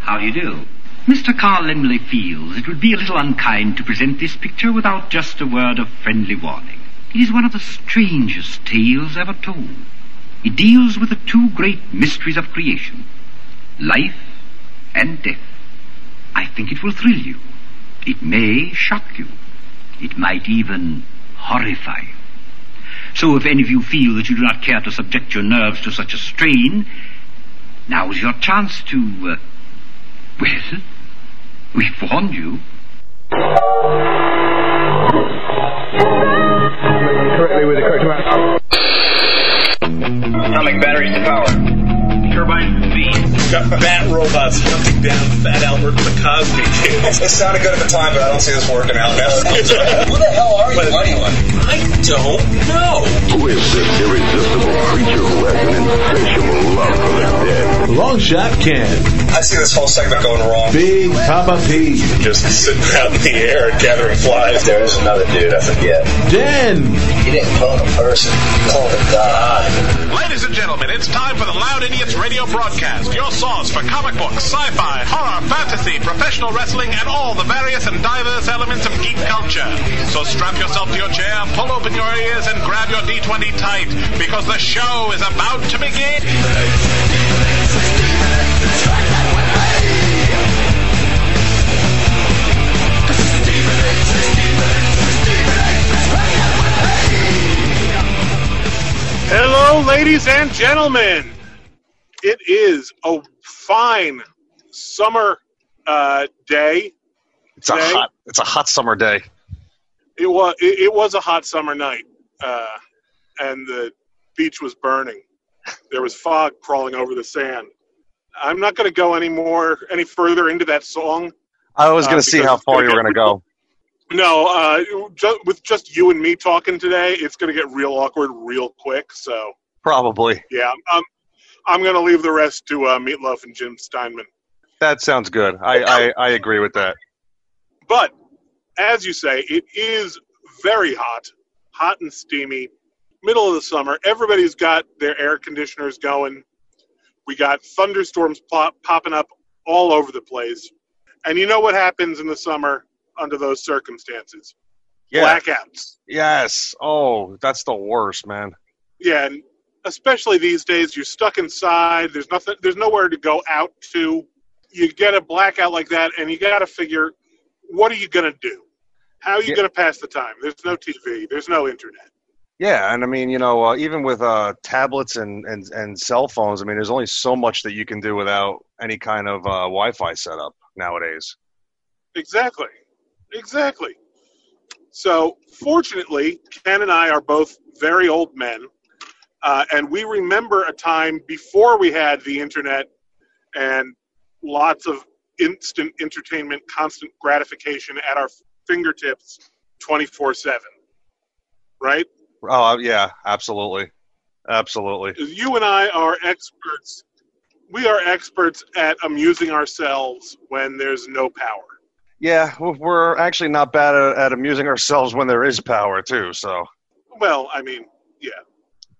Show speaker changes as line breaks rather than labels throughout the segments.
How do you do?
Mr. Carl Lemley feels it would be a little unkind to present this picture without just a word of friendly warning. It is one of the strangest tales ever told. It deals with the two great mysteries of creation life and death. I think it will thrill you. It may shock you. It might even horrify you. So if any of you feel that you do not care to subject your nerves to such a strain, now is your chance to, uh, well, we've warned you.
Correctly with the correct amount.
Coming batteries to power.
Turbine V.
Got
Bat robots hunting down Fat Albert and the Cosby Kid.
It sounded good at the time, but I don't see this working out now. Who the hell are you anyway?
I don't know.
Who is this irresistible creature who has an insatiable love for the dead?
Long shot can.
I see this whole segment going wrong.
Big Papa P.
Just sitting out in the air and gathering flies.
There is another dude, I forget.
Den.
He didn't clone a person, he cloned a god.
Ladies and gentlemen, it's time for the Loud Idiots radio broadcast. Your source for comic books, sci-fi, horror, fantasy, professional wrestling, and all the various and diverse elements of geek culture. So strap yourself to your chair, pull open your ears, and grab your D20 tight, because the show is about to begin.
Hello, ladies and gentlemen. It is a fine summer uh, day.
It's a
Today?
hot, it's a hot summer day.
It was it, it was a hot summer night, uh, and the beach was burning. There was fog crawling over the sand. I'm not going to go any more any further into that song.
I was
Uh,
going to see
because
how
it's
far
gonna
you were
get
going to go.
No, uh, ju- with just you and me talking today, it's going to get real awkward real quick. So
Probably.
yeah, I'm I'm going to leave the rest to uh, Meatloaf and Jim Steinman.
That sounds good. I, I, I agree with that.
But as you say, it is very hot, hot and steamy, middle of the summer. Everybody's got their air conditioners going. We got thunderstorms pop, popping up all over the place. And you know what happens in the summer under those circumstances?
Yeah.
Blackouts.
Yes. Oh, that's the worst, man.
Yeah, and especially these days, you're stuck inside. There's nothing. There's nowhere to go out to. You get a blackout like that, and you got to figure, what are you gonna do? How are you
Yeah.
gonna pass the time? There's no TV. There's no internet.
Yeah, and I mean, you know, uh, even with uh, tablets and, and, and cell phones, I mean, there's only so much that you can do without any kind of uh, Wi-Fi setup nowadays.
Exactly. Exactly. So fortunately, Ken and I are both very old men, uh, and we remember a time before we had the internet and lots of instant entertainment, constant gratification at our fingertips 24 7. Right?
Oh, yeah, absolutely, absolutely.
You and I are experts. We are experts at amusing ourselves when there's no power.
Yeah, w- we're actually not bad at, at amusing ourselves when there is power too. So,
Well, I mean,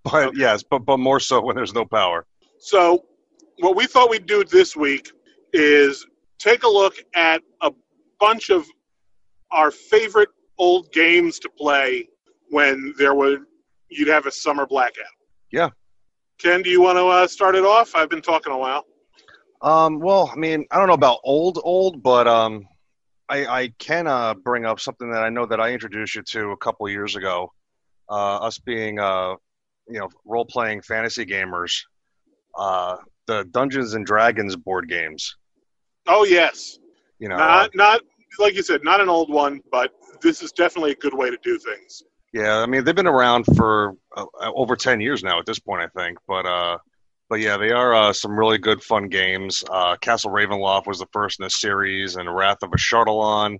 but yes, but but more so when there's no power.
So, what we thought we'd do this week is take a look at a bunch of our favorite old games to play when there would you'd have a summer blackout.
Yeah.
Ken, do you want to uh, start it off? I've been talking a while.
Um, well, I mean, I don't know about old old, but um, I I can uh, bring up something that I know that I introduced you to a couple years ago. Uh, us being uh, you know, role playing fantasy gamers. Uh, the Dungeons and Dragons board games.
Oh yes,
You know,
not not like you said, not an old one, but this is definitely a good way to do things.
Yeah, I mean they've been around for uh, uh, over ten years now at this point, I think. But uh, but yeah, they are uh, some really good fun games. Uh, Castle Ravenloft was the first in the series, and Wrath of Ashardalon,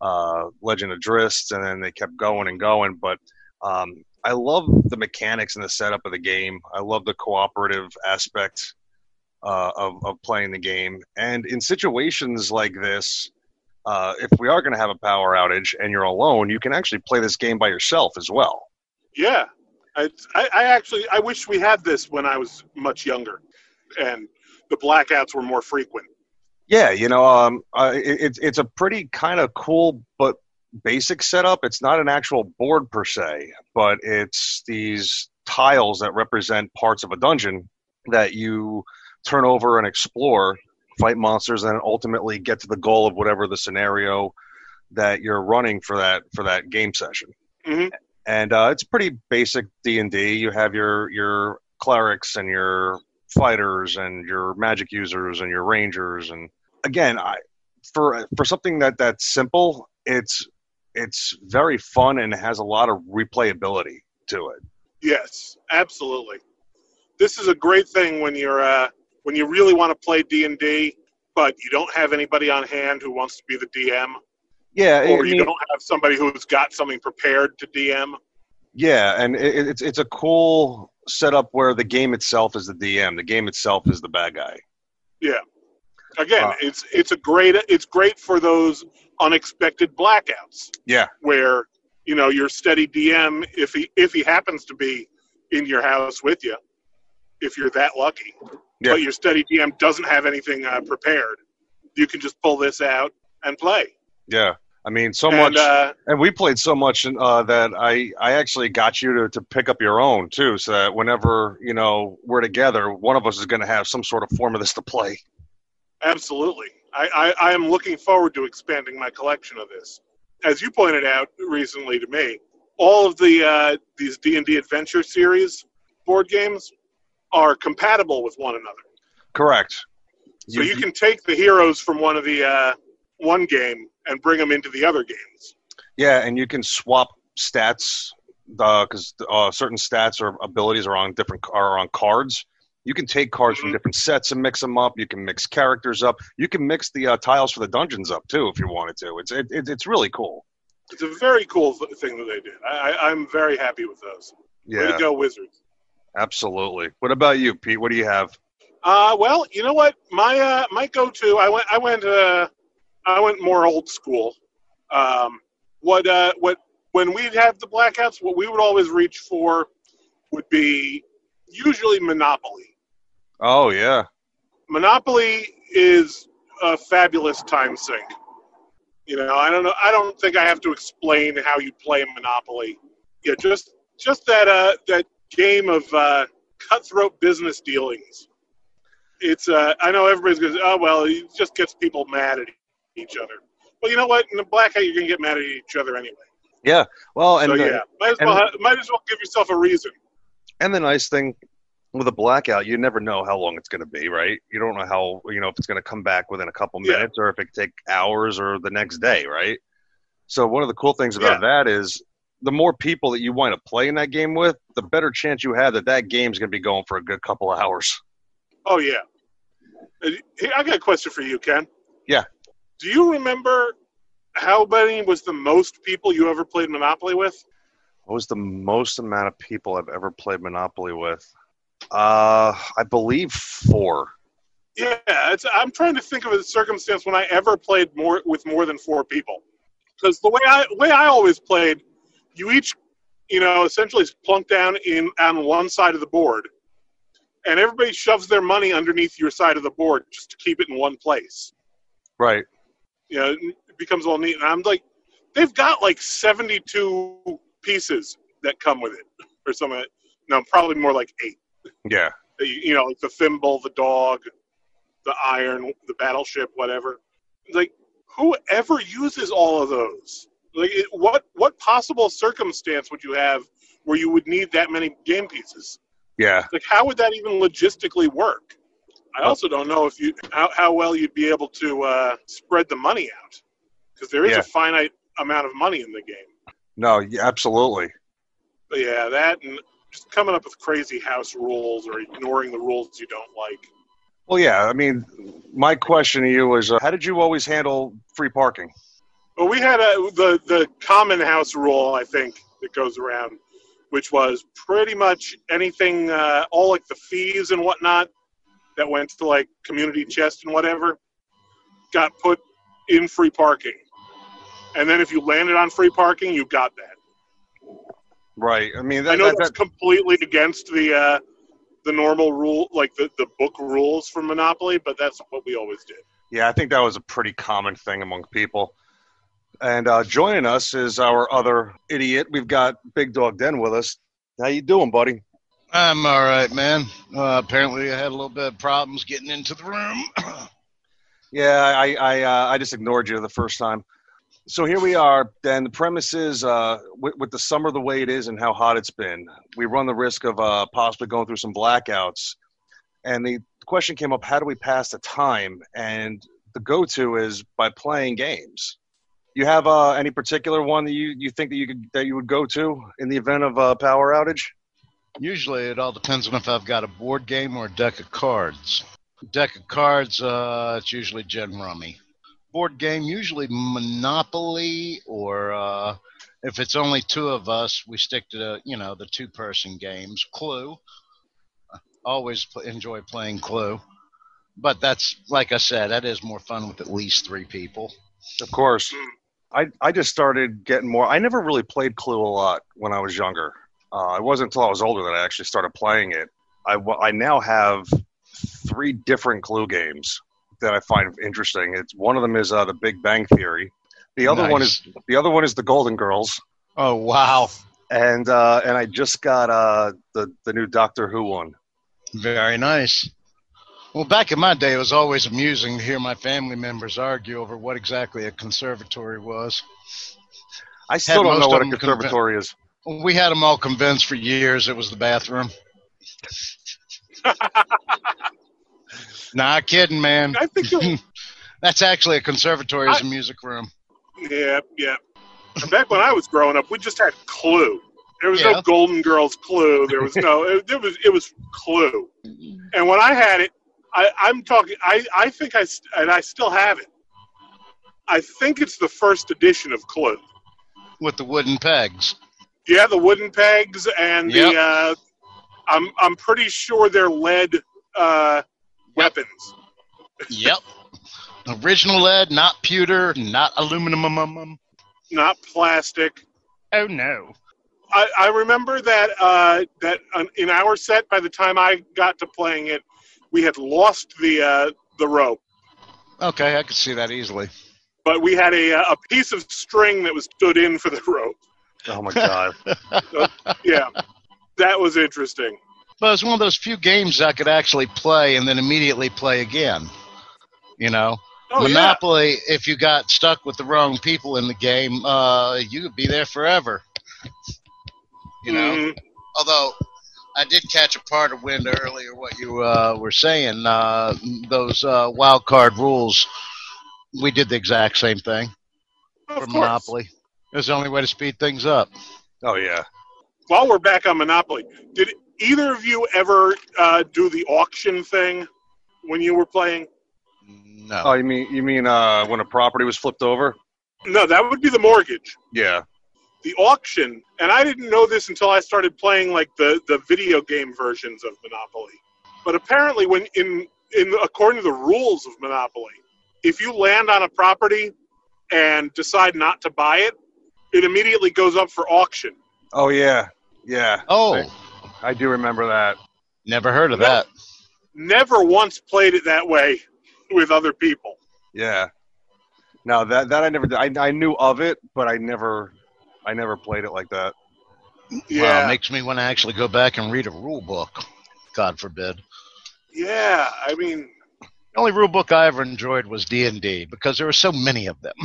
uh, Legend of Drizzt, and then they kept going and going. But um, I love the mechanics and the setup of the game. I love the cooperative aspect uh, of of playing the game, and in situations like this. Uh, if we are going to have a power outage and you're alone, you can actually play this game by yourself as well.
Yeah, I, I, I actually I wish we had this when I was much younger, and the blackouts were more frequent.
Yeah, you know, um, uh, it, it's it's a pretty kind of cool but basic setup. It's not an actual board per se, but it's these tiles that represent parts of a dungeon that you turn over and explore, fight monsters, and ultimately get to the goal of whatever the scenario that you're running for that for that game session.
Mhm.
And uh, it's pretty basic D and D. You have your your clerics and your fighters and your magic users and your rangers and again, I for for something that that's simple, it's it's very fun and has a lot of replayability to it.
Yes, absolutely. This is a great thing when you're uh, when you really want to play D and D, but you don't have anybody on hand who wants to be the DM,
Yeah, I
or you
mean-
don't have somebody who's got something prepared to DM.
yeah, and it, it- it's it's a cool setup where the game itself is the DM, the game itself is the bad guy.
Again,
Wow.
it's it's a great it's great for those unexpected blackouts.
Yeah.
where you know your steady DM, if he if he happens to be in your house with you, if you're that lucky,
Yeah.
but your steady DM doesn't have anything uh, prepared, you can just pull this out and play.
Yeah, I mean, so
and,
much,
Uh,
and we played so much uh, that I I actually got you to to pick up your own too, so that whenever you know we're together, one of us is going to have some sort of form of this to play.
absolutely. I, I, I am looking forward to expanding my collection of this. As you pointed out recently to me, all of the uh, these D and D adventure series board games are compatible with one another.
Correct.
So you can take the heroes from one of the uh, one game and bring them into the other games.
Yeah, and you can swap stats because uh, certain stats or abilities are on different are on cards. You can take cards from
Mhm.
different sets and mix them up. You can mix characters up. You can mix the uh, tiles for the dungeons up too if you wanted to. It's it, it, it's really cool.
It's a very cool th- thing that they did. I, I, I'm very happy with those. Way to
Yeah,
go, Wizards.
absolutely. What about you, Pete? What do you have?
Uh, well, you know what? My uh, my go-to. I went. I went. Uh, I went more old school. Um, what uh, what when we'd have the blackouts, what we would always reach for would be usually Monopoly.
Oh yeah,
Monopoly is a fabulous time sink. You know, I don't know. I don't think I have to explain how you play Monopoly. Yeah, just just that uh, that game of uh, cutthroat business dealings. It's uh, I know everybody's going. Oh well, it just gets people mad at each other. Well, you know what? In the blackout, you're going to get mad at each other anyway.
well, and
so
uh,
yeah, might as
and-
well ha- might as well give yourself a reason.
And the nice thing with a blackout, you never know how long it's going to be, right? You don't know how, you know, if it's going to come back within a couple
Yeah.
minutes or if it could take hours or the next day, right? So, one of the cool things about that is the more people that you wind up playing that game with, the better chance you have that that game's going to be going for a good couple of hours.
Oh yeah. Uh, hey, I got a question for you, Ken.
Yeah.
Do you remember how many was the most people you ever played Monopoly with?
What was the most amount of people I've ever played Monopoly with? Uh, I believe four.
Yeah, it's, I'm trying to think of a circumstance when I ever played more with more than four people. Because the way I way I always played, you each, you know, essentially plunk down in on one side of the board, and everybody shoves their money underneath your side of the board just to keep it in one place.
Right.
you know, it becomes all neat. And I'm like, they've got like 72 pieces that come with it, or something. No, probably more like eight.
Yeah.
You you know, like the thimble, the dog, the iron, the battleship, whatever. Like, whoever uses all of those, like, it, what what possible circumstance would you have where you would need that many game pieces?
Yeah.
like how would that even logistically work? I also don't know if you how, how well you'd be able to uh, spread the money out because there is
Yeah.
a finite amount of money in the game.
No, yeah, absolutely.
But yeah, that and just coming up with crazy house rules or ignoring the rules you don't like.
Well, yeah. I mean, my question to you is, uh, how did you always handle free parking?
Well, we had a, the the common house rule I think that goes around, which was pretty much anything, uh, all like the fees and whatnot that went to like community chest and whatever, got put in free parking, and then if you landed on free parking, you got that.
Right. I mean,
I
that,
know
that,
that's
that,
completely against the uh, the normal rule, like the, the book rules for Monopoly, but that's what we always did.
Yeah, I think that was a pretty common thing among people. And uh, joining us is our other idiot. We've got Big Dog Den with us. How you doing, buddy?
I'm all right, man. Uh, apparently, I had a little bit of problems getting into the room.
Yeah, I I, uh, I just ignored you the first time. So here we are. Then the premise is uh, with, with the summer the way it is and how hot it's been, we run the risk of uh, possibly going through some blackouts. And the question came up: How do we pass the time? And the go-to is by playing games. You have uh, any particular one that you, you think that you could that you would go to in the event of a power outage?
Usually, it all depends on if I've got a board game or a deck of cards. Deck of cards, uh, it's usually gin rummy. Board game, usually Monopoly, or uh, if it's only two of us, we stick to the, you know the two person games. Clue. Always pl- enjoy playing Clue, but that's like I said, that is more fun with at least three people.
Of course. I, I just started getting more. I never really played Clue a lot when I was younger. Uh, it wasn't until I was older that I actually started playing it. I, wa- I now have three different Clue games that I find interesting. It's one of them is uh, the Big Bang Theory. The other one is
Nice.
the other one is the Golden Girls,
Oh wow,
and uh, and I just got uh, the the new Doctor Who one.
Very nice. Well, back in my day, it was always amusing to hear my family members argue over what exactly a conservatory was.
I still don't
most
know
of
what a
them convi-
conservatory is.
We had them all convinced for years it was the bathroom. nah, kidding, man.
I think you'll-
That's actually a conservatory is
I-
a music room.
Yeah, yeah. Back when I was growing up, we just had Clue. There was
Yeah.
no Golden Girls Clue. There was no. It, it was it was Clue. And when I had it, I, I'm talking. I I think I st- and I still have it. I think it's the first edition of Clue.
With the wooden pegs.
Yeah, the wooden pegs and
Yep.
the. Uh, I'm I'm pretty sure they're lead uh, weapons.
Yep. Original lead, not pewter, not aluminum. um,
not plastic.
Oh no.
I, I remember that uh, that um, in our set, by the time I got to playing it, we had lost the uh, the rope,
Okay, I could see that easily.
but we had a uh, a piece of string that was stood in for the rope.
Oh my god!
Yeah, that was interesting.
But it's one of those few games I could actually play and then immediately play again. You know,
Oh
Monopoly. If you got stuck with the wrong people in the game, uh, you could be there forever. You know.
Mhm.
Although I did catch a part of wind earlier what you uh, were saying. Uh, those uh, wild card rules. We did the exact same thing
Mm-hmm. Of
for
course.
Monopoly. It was the only way to speed things up.
Oh yeah.
While we're back on Monopoly, did either of you ever uh, do the auction thing when you were playing?
No.
Oh, you mean you mean uh, when a property was flipped over?
No, that would be the mortgage.
Yeah.
the auction, and I didn't know this until I started playing like the, the video game versions of Monopoly. But apparently, when in in according to the rules of Monopoly, if you land on a property and decide not to buy it, it immediately goes up for auction.
Oh yeah. Yeah.
oh,
I do remember that.
never heard of
No.
that.
Never once played it that way with other people.
Yeah. No, that that I never did. I I knew of it, but I never I never played it like that.
Yeah,
Wow, makes me want to actually go back and read a rule book. God forbid.
yeah. I mean,
The only rule book I ever enjoyed was D and D because there were so many of them.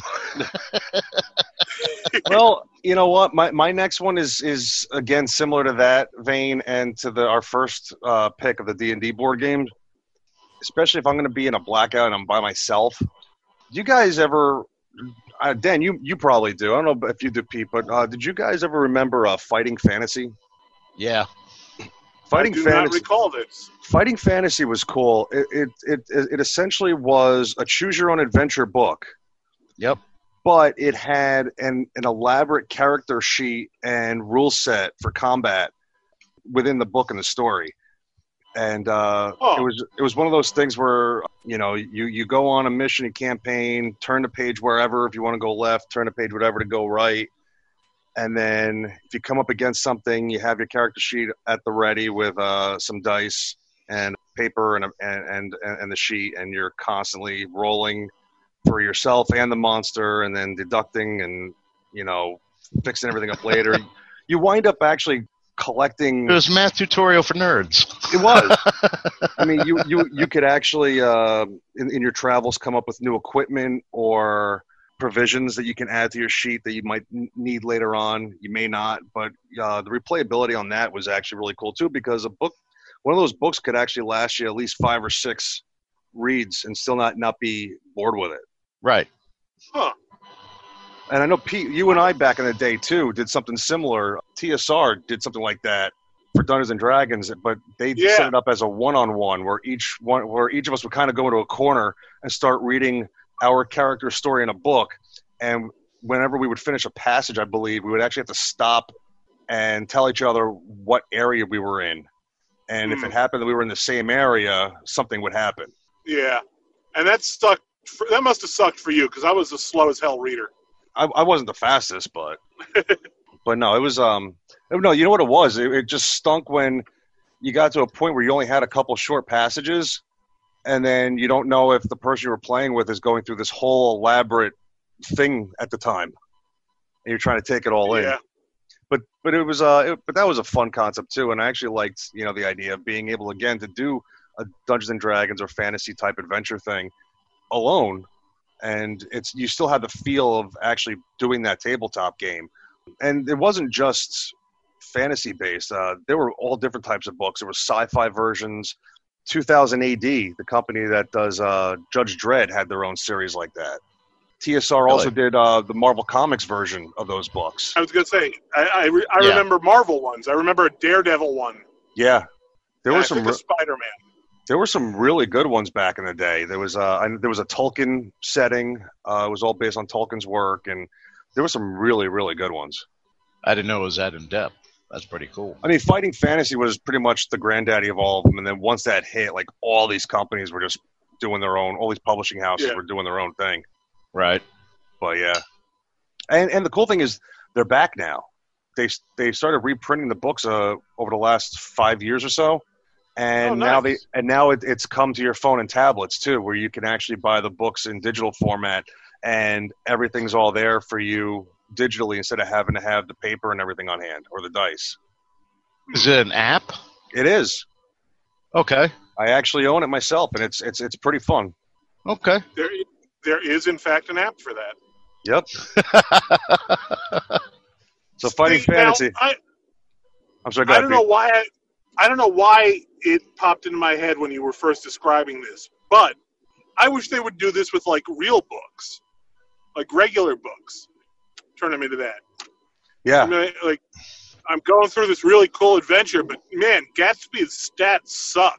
well, you know what? My my next one is is again similar to that vein and to the our first uh, pick of the D and D board game. Especially if I'm going to be in a blackout and I'm by myself. Do you guys ever? Uh, Dan, you you probably do. I don't know if you do, Pete, but uh, did you guys ever remember uh, Fighting Fantasy?
yeah.
Fighting
I do not
Fantasy.
recall this.
Fighting Fantasy was cool. It it it, it essentially was a choose your own adventure book,
Yep.
but it had an, an elaborate character sheet and rule set for combat within the book and the story. And uh,
Oh.
it was it was one of those things where you know you you go on a mission and campaign, turn the page wherever if you want to go left, turn the page whatever to go right, And then if you come up against something, you have your character sheet at the ready with uh, some dice and paper and, a- and, and, and the sheet, and you're constantly rolling for yourself and the monster and then deducting and, you know, fixing everything up later. you wind up actually collecting
It was a math tutorial for nerds.
it was. I mean, you you you could actually uh, in in your travels come up with new equipment or provisions that you can add to your sheet that you might n- need later on. You may not, but uh, the replayability on that was actually really cool too because a book, one of those books, could actually last you at least five or six reads and still not not be bored with it.
Right.
Huh.
And I know Pete, you and I back in the day too did something similar. TSR did something like that for Dungeons and Dragons, but they
Yeah.
set it up as a one-on-one where each one, where each of us would kind of go into a corner and start reading our character story in a book. And whenever we would finish a passage, I believe we would actually have to stop and tell each other what area we were in. And if
Hmm.
it happened that we were in the same area, something would happen.
Yeah, and that sucked. For, that must have sucked for you because I was a slow as hell reader.
I, I wasn't the fastest, but but no, it was um no, you know what it was? It, it just stunk when you got to a point where you only had a couple short passages, and then you don't know if the person you were playing with is going through this whole elaborate thing at the time, and you're trying to take it all in.
yeah,
But but it was uh it, but that was a fun concept too, and I actually liked you know the idea of being able again to do a Dungeons and Dragons or fantasy type adventure thing alone and it's you still had the feel of actually doing that tabletop game and it wasn't just fantasy based uh, there were all different types of books there were sci-fi versions 2000 ad the company that does uh, judge dredd had their own series like that tsr also did uh, the marvel comics version of those books
I was gonna say I I, re- I
Yeah.
remember Marvel ones. I remember a Daredevil one.
yeah there
and
were
I
some
think
re-
a Spider Man.
there were some really good ones back in the day. There was uh, I- there was a Tolkien setting. Uh, it was all based on Tolkien's work, and there were some really really good ones.
I didn't know it was that in depth. That's pretty cool.
I mean, fighting fantasy was pretty much the granddaddy of all of them. And then once that hit, like all these companies were just doing their own. All these publishing houses
Yeah.
were doing their own thing.
Right.
But yeah, and and the cool thing is they're back now. They they started reprinting the books uh, over the last five years or so, and
Oh,
now they
nice.
and now it, it's come to your phone and tablets too, where you can actually buy the books in digital format, and everything's all there for you digitally instead of having to have the paper and everything on hand or the dice.
Is it an app?
It is.
Okay.
I actually own it myself, and it's it's it's pretty fun.
Okay.
There there is in fact an app for that.
Yep. So fighting
Steve, now,
fantasy.
I,
I'm sorry. Go
I
ahead,
don't
Pete.
know why I, I don't know why it popped into my head when you were first describing this, but I wish they would do this with like real books, like regular books. Turn them into that.
Yeah.
I mean, like I'm going through this really cool adventure, but man, Gatsby's stats suck.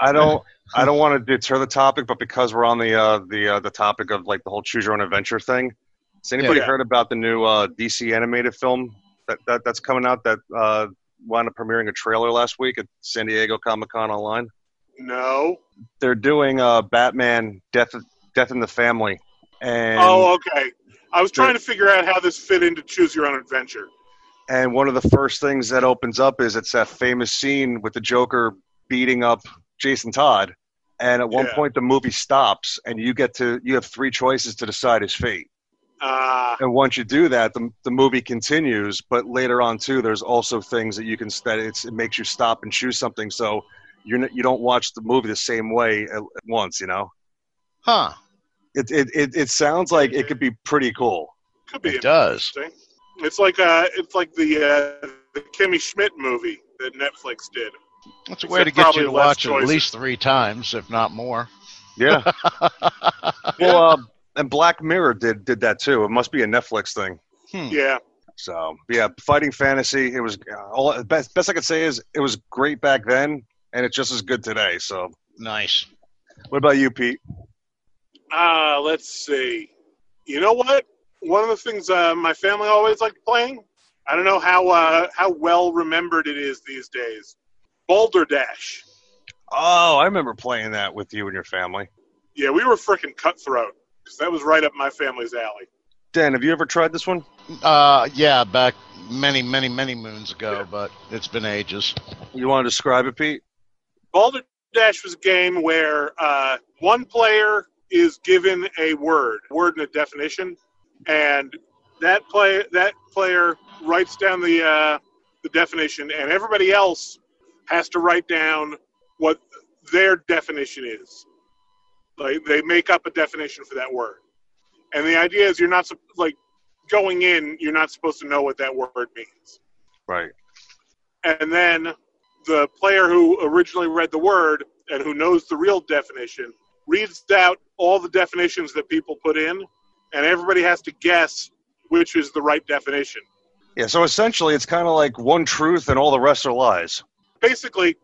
I don't I don't want to deter the topic, but because we're on the uh, the uh, the topic of like the whole choose your own adventure thing, has anybody
Yeah.
heard about the new uh, DC animated film that, that that's coming out that uh, wound up premiering a trailer last week at San Diego Comic Con online?
No.
They're doing uh, Batman Death Death in the Family, and
oh, okay. I was trying to figure out how this fit into Choose Your Own Adventure.
and one of the first things that opens up is it's that famous scene with the Joker beating up Jason Todd. And at one
Yeah.
point, the movie stops, and you get to you have three choices to decide his fate.
Uh,
and once you do that, the, the movie continues. But later on too, there's also things that you can that it's, it makes you stop and choose something. So you're n- you don't watch the movie the same way at, at once. You know,
huh.
it it, it it sounds like it could be pretty cool.
could be
It does.
interesting. It's like uh, it's like the uh, the Kimmy Schmidt movie that Netflix did.
That's a way to get you to
Probably less
watch it at
choices.
least three times, if not more.
Yeah. well, uh, and Black Mirror did did that too. It must be a Netflix thing.
Hmm.
Yeah,
So yeah, fighting fantasy. It was uh, all best best I could say is it was great back then, and it's just as good today. So
Nice.
what about you, Pete?
Uh, let's see. You know what? One of the things uh, my family always liked playing. I don't know how uh, how well remembered it is these days. Boulder Dash.
Oh, I remember playing that with you and your family.
Yeah, we were freaking cutthroat. because that was right up my family's alley.
Dan, have you ever tried this one?
Uh, yeah, back many, many, many moons ago, but it's been ages.
You want to describe it, Pete?
Balderdash was a game where uh, one player is given a word, word and a definition, and that play that player writes down the uh, the definition, and everybody else has to write down what their definition is. Like they make up a definition for that word, and the idea is you're not sup- like going in, you're not supposed to know what that word means
Right.
and then the player who originally read the word and who knows the real definition reads out all the definitions that people put in, and everybody has to guess which is the right definition.
Yeah. So essentially, it's kind of like one truth and all the rest are lies.
Basically,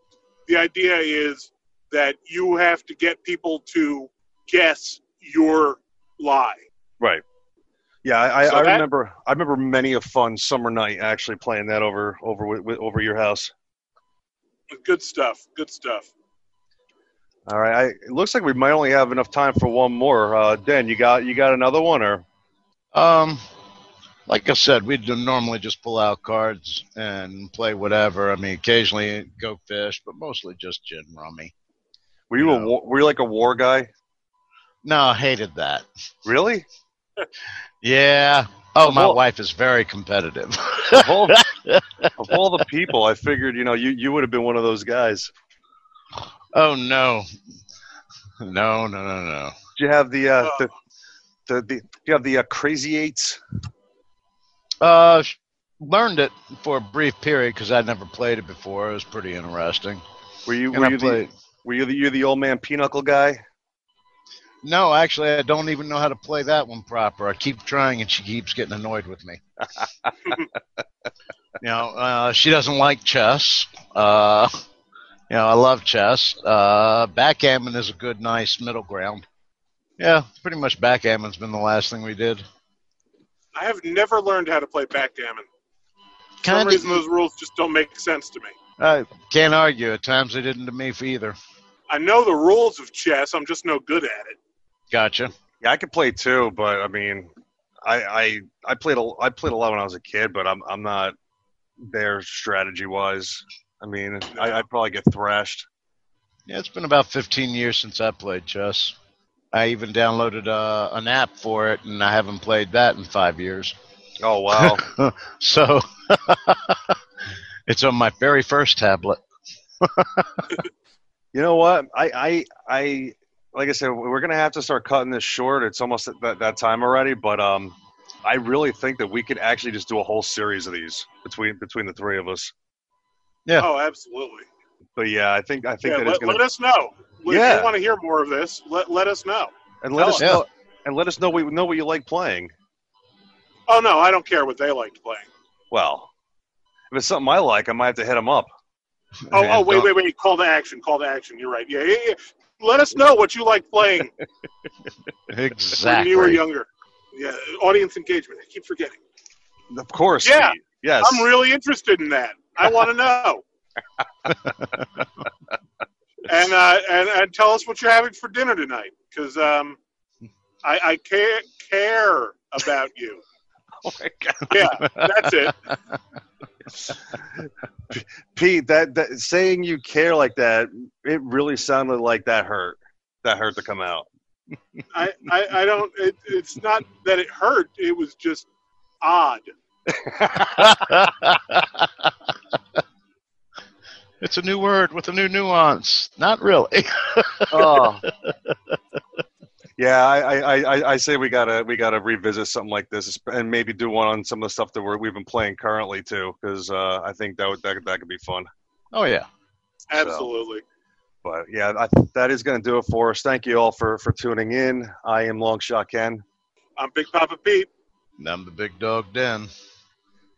the idea is that you have to get people to guess your lie.
Right. Yeah, I,
So
I, I
that-
remember. I remember many a fun summer night actually playing that over over with, with, over your house.
Good stuff. Good stuff.
All right. I, it looks like we might only have enough time for one more. Uh, Dan, you got you got another one or?
Um, like I said, we'd normally just pull out cards and play whatever. I mean, occasionally go fish, but mostly just gin rummy.
Were you a
No.
war, were you like a war guy?
No, I hated that.
Really?
Yeah. Oh, my
Well-
wife is very competitive.
Of all, of all the people, I figured you know you, you would have been one of those guys.
oh no. No, no, no, no.
Did you have the uh,
Uh.
the, the the do you have the uh, crazy eights?
Uh, sh- learned it for a brief period because I'd never played it before. It was pretty interesting.
Were you
And
were
I
you, the,
played-
were you the you the old man pinochle guy?
No, actually, I don't even know how to play that one proper. I keep trying, and she keeps getting annoyed with me. you know, uh, she doesn't like chess. Uh, you know, I love chess. Uh, backgammon is a good, nice middle ground. Yeah, pretty much backgammon's been the last thing we did.
I have never learned how to play backgammon. For some
Kinda-
reason, those rules just don't make sense to me.
Uh, can't argue. At times, they didn't to me for either.
I know the rules of chess. I'm just no good at it.
Gotcha.
Yeah, I could play too, but I mean, I I, I played a, I played a lot when I was a kid, but I'm I'm not there strategy wise. I mean, I, I'd probably get thrashed.
Yeah, it's been about 15 years since I played chess. I even downloaded uh, an app for it, and I haven't played that in five years.
Oh wow!
So it's on my very first tablet.
you know what? I I I like I said, we're gonna have to start cutting this short. It's almost at that, that time already, but um, I really think that we could actually just do a whole series of these between between the three of us.
Yeah.
Oh, absolutely.
But yeah, I think I think
Yeah,
that it's
let,
gonna
let us know. Let- If
Yeah.
you want to hear more of this, let, let us know.
and let
tell
us
us.
know and let us know we know what you like playing.
Oh, no, I don't care what they like playing.
Well, if it's something I like, I might have to hit him up.
Oh,
And
oh, wait,
don't-
wait, wait. Call to action. Call to action. You're right. Yeah, yeah, yeah. Let us know what you like playing when
Exactly.
you were younger. Yeah, audience engagement. I keep forgetting.
Of course.
Yeah.
Pete. Yes.
I'm really interested in that. I want to know. and, uh, and and tell us what you're having for dinner tonight, because um, I, I care care about you.
Oh my God.
Yeah, that's it.
Pete, that, that saying you care like that, it really sounded like that hurt. That hurt to come out.
I, I, I don't. It, it's not that it hurt. It was just odd.
it's a new word with a new nuance. Not really.
Oh. yeah, I, I, I, I say we gotta we gotta revisit something like this, and maybe do one on some of the stuff that we're, we've been playing currently too, because uh, I think that would that, could- that could be fun.
Oh yeah.
Absolutely.
But yeah, I, that is gonna do it for us. Thank you all for for tuning in. I am Long Shot Ken.
I'm Big Papa Pete.
I'm the big dog den.